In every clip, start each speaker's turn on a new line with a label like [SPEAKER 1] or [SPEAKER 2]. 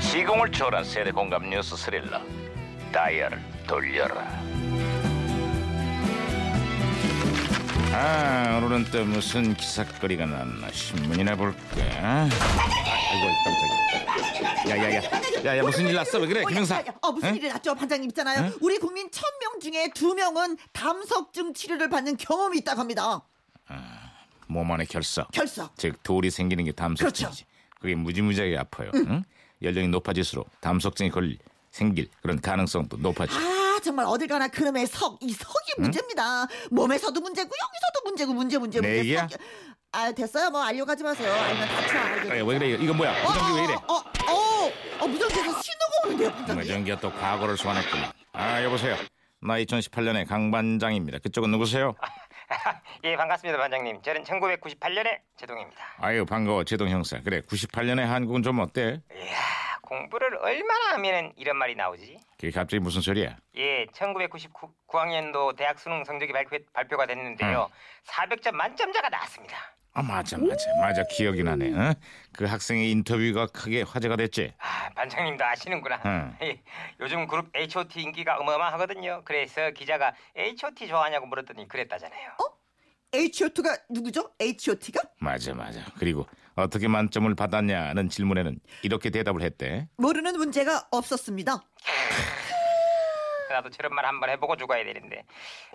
[SPEAKER 1] 시공을 초월한 세대 공감 뉴스 스릴러 다이얼 돌려라 아 오늘은 또 무슨 기사거리가 났나 신문이나 볼까 아, 아이고 깜짝이야 야야야 야야 무슨 일 났어 왜 그래 김영사
[SPEAKER 2] 어, 무슨
[SPEAKER 1] 응?
[SPEAKER 2] 일이 났죠 반장님 있잖아요
[SPEAKER 1] 응?
[SPEAKER 2] 우리 국민 1000명 중에 2명은 담석증 치료를 받는 경험이 있다고 합니다
[SPEAKER 1] 몸 안에 결석
[SPEAKER 2] 결석
[SPEAKER 1] 즉 돌이 생기는 게 담석증이지.
[SPEAKER 2] 그렇죠.
[SPEAKER 1] 그게 무지무지하게 아파요. 응? 연령이 높아질수록 담석증이 걸 생길 그런 가능성도 높아지.
[SPEAKER 2] 아 정말 어딜 가나 그놈의 석 이 석이 문제입니다 몸에서도 문제고 여기서도 문제고 문제 문제
[SPEAKER 1] 내
[SPEAKER 2] 문제
[SPEAKER 1] 얘기야?
[SPEAKER 2] 석. 아 됐어요 뭐 알려가지 마세요 알면 다쳐
[SPEAKER 1] 아,
[SPEAKER 2] 알게
[SPEAKER 1] 왜 그래? 이거 뭐야? 무전기 왜 이래?
[SPEAKER 2] 어, 어, 어, 어, 무전기에서 신호가 오는데요 반장님
[SPEAKER 1] 무전기가 또 과거를 소환했구나. 아 여보세요. 나 2018년의 강반장입니다. 그쪽은 누구세요?
[SPEAKER 3] 예 반갑습니다 반장님 저는 1998년에 제동입니다
[SPEAKER 1] 아유 반가워 제동 형사. 그래 98년의 한국은 좀 어때?
[SPEAKER 3] 이야 공부를 얼마나 하면 이런 말이 나오지
[SPEAKER 1] 그게 갑자기 무슨 소리야?
[SPEAKER 3] 예 1999학년도 대학 수능 성적이 발표, 발표가 됐는데요 400점 만점자가 나왔습니다
[SPEAKER 1] 아 맞아 맞아 맞아 기억이 나네. 응? 그 학생의 인터뷰가 크게 화제가 됐지.
[SPEAKER 3] 아 반장님도 아시는구나
[SPEAKER 1] 응.
[SPEAKER 3] 예, 요즘 그룹 H.O.T 인기가 어마어마하거든요 그래서 기자가 H.O.T 좋아하냐고 물었더니 그랬다잖아요
[SPEAKER 2] HOT가 누구죠? HOT가?
[SPEAKER 1] 맞아 맞아. 그리고 어떻게 만점을 받았냐는 질문에는 이렇게 대답을 했대.
[SPEAKER 2] 모르는 문제가 없었습니다
[SPEAKER 3] 나도 저런 말 한번 해보고 죽어야 되는데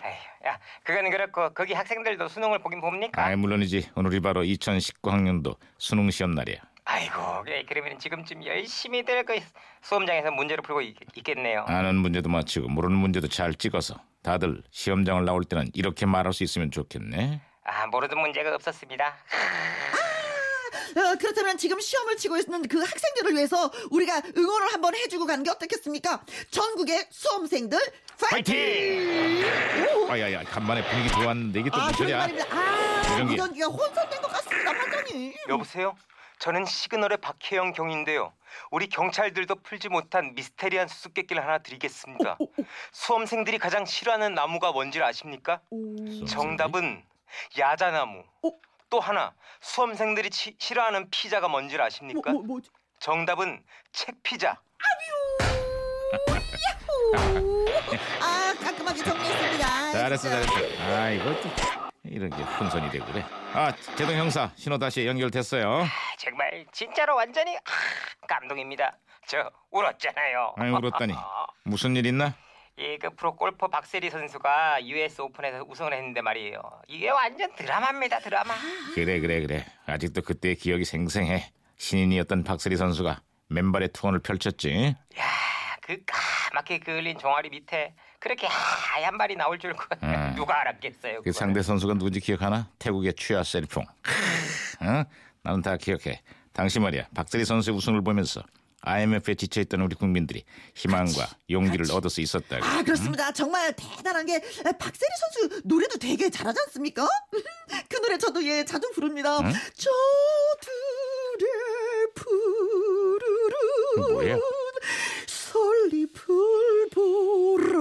[SPEAKER 3] 에휴, 야 그건 그렇고 거기 학생들도 수능을 보긴 봅니까
[SPEAKER 1] 아, 물론이지. 오늘이 바로 2019학년도 수능 시험 날이야.
[SPEAKER 3] 아이고 그래 그러면 지금쯤 열심히들 그 수험장에서 문제를 풀고 있, 겠네요
[SPEAKER 1] 아는 문제도 맞히고 모르는 문제도 잘 찍어서 다들 시험장을 나올 때는 이렇게 말할 수 있으면 좋겠네.
[SPEAKER 3] 아 모르던 문제가 없었습니다
[SPEAKER 2] 어, 그렇다면 지금 시험을 치고 있는 그 학생들을 위해서 우리가 응원을 한번 해주고 가는 게 어떻겠습니까? 전국의 수험생들 파이팅!
[SPEAKER 1] 아야야, 간만에 분위기 좋았는데 이게 또
[SPEAKER 2] 아,
[SPEAKER 1] 무슨
[SPEAKER 2] 그런
[SPEAKER 1] 소리야?
[SPEAKER 2] 말입니다. 아,
[SPEAKER 1] 이런 게.
[SPEAKER 2] 무전기가 혼선된 것 같습니다, 반장님.
[SPEAKER 3] 여보세요 저는 시그널의 박혜영 경인데요 우리 경찰들도 풀지 못한 미스테리한 수수께끼를 하나 드리겠습니다 수험생들이 가장 싫어하는 나무가 뭔지 아십니까? 정답은 야자나무
[SPEAKER 2] 어?
[SPEAKER 3] 또 하나 수험생들이 치- 싫어하는 피자가 뭔지
[SPEAKER 2] 뭐,
[SPEAKER 3] 아십니까?
[SPEAKER 2] 뭐, 뭐지?
[SPEAKER 3] 정답은 책피자
[SPEAKER 2] 야호! 아, 깔끔하게 정리했습니다.
[SPEAKER 1] 잘했어,
[SPEAKER 2] 진짜.
[SPEAKER 1] 잘했어. 아, 이거 또 이런 게 혼선이 되고 그래. 아, 제동 형사 신호 다시 연결됐어요.
[SPEAKER 3] 아, 정말 진짜로 완전히 아, 감동입니다 저 울었잖아요
[SPEAKER 1] 아유, 울었다니. 무슨 일 있나?
[SPEAKER 3] 예, 그 프로 골퍼 박세리 선수가 US 오픈에서 우승을 했는데 말이에요. 이게 완전 드라마입니다, 드라마.
[SPEAKER 1] 그래 그래 그래 아직도 그때의 기억이 생생해 신인이었던 박세리 선수가 맨발의 투혼을 펼쳤지
[SPEAKER 3] 야, 그 까맣게 그을린 종아리 밑에 그렇게 하얀 발이 나올 줄 그-
[SPEAKER 1] 음.
[SPEAKER 3] 누가
[SPEAKER 1] 그
[SPEAKER 3] 알았겠어요. 그거를.
[SPEAKER 1] 상대 선수가 누군지 기억하나? 태국의 취아 세리퐁 어? 나는 다 기억해 당시 말이야 박세리 선수의 우승을 보면서 IMF에 지쳐있던 우리 국민들이 희망과 용기를 얻을 수 있었다고
[SPEAKER 2] 아, 그렇습니다. 정말 대단한 게 박세리 선수 노래도 되게 잘하지 않습니까? 그 노래 저도 예 자주 부릅니다. 저 둘의
[SPEAKER 1] 그건 뭐예요?
[SPEAKER 2] 푸르른 설리풀 보라.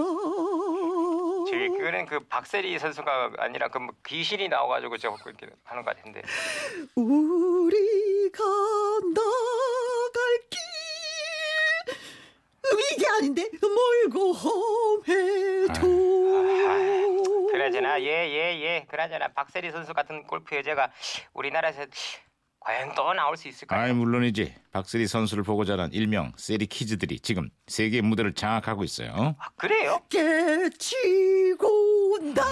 [SPEAKER 3] 저기 그거는 그 박세리 선수가 아니라 그뭐 귀신이 나와가지고 저거 이렇게 하는 것 같은데.
[SPEAKER 1] 그
[SPEAKER 2] 우리가 나갈 길 음, 이게 아닌데 멀고 험해도
[SPEAKER 3] 그나저나 예예예 그나저나 박세리 선수 같은 골프 여자가 우리나라에서 과연 또 나올 수 있을까요?
[SPEAKER 1] 아이 물론이지 박세리 선수를 보고 자란 일명 세리 키즈들이 지금 세계 무대를 장악하고 있어요
[SPEAKER 3] 아, 그래요?
[SPEAKER 2] 깨치고 나가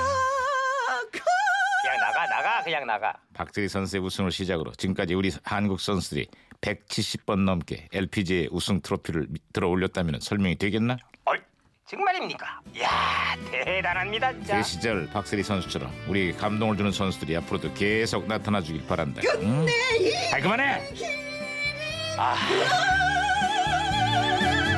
[SPEAKER 3] 그냥 나가 나가 그냥 나가.
[SPEAKER 1] 박세리 선수의 우승을 시작으로 지금까지 우리 한국 선수들이 170번 넘게 LPGA 우승 트로피를 미- 들어 올렸다면 설명이 되겠나?
[SPEAKER 3] 얼 정말입니까? 야 대단합니다 진짜.
[SPEAKER 1] 그 시절 박세리 선수처럼 우리에게 감동을 주는 선수들이 앞으로도 계속 나타나 주길 바란다. 응?
[SPEAKER 2] 내
[SPEAKER 1] 아 그만해.
[SPEAKER 3] 아.
[SPEAKER 2] 이름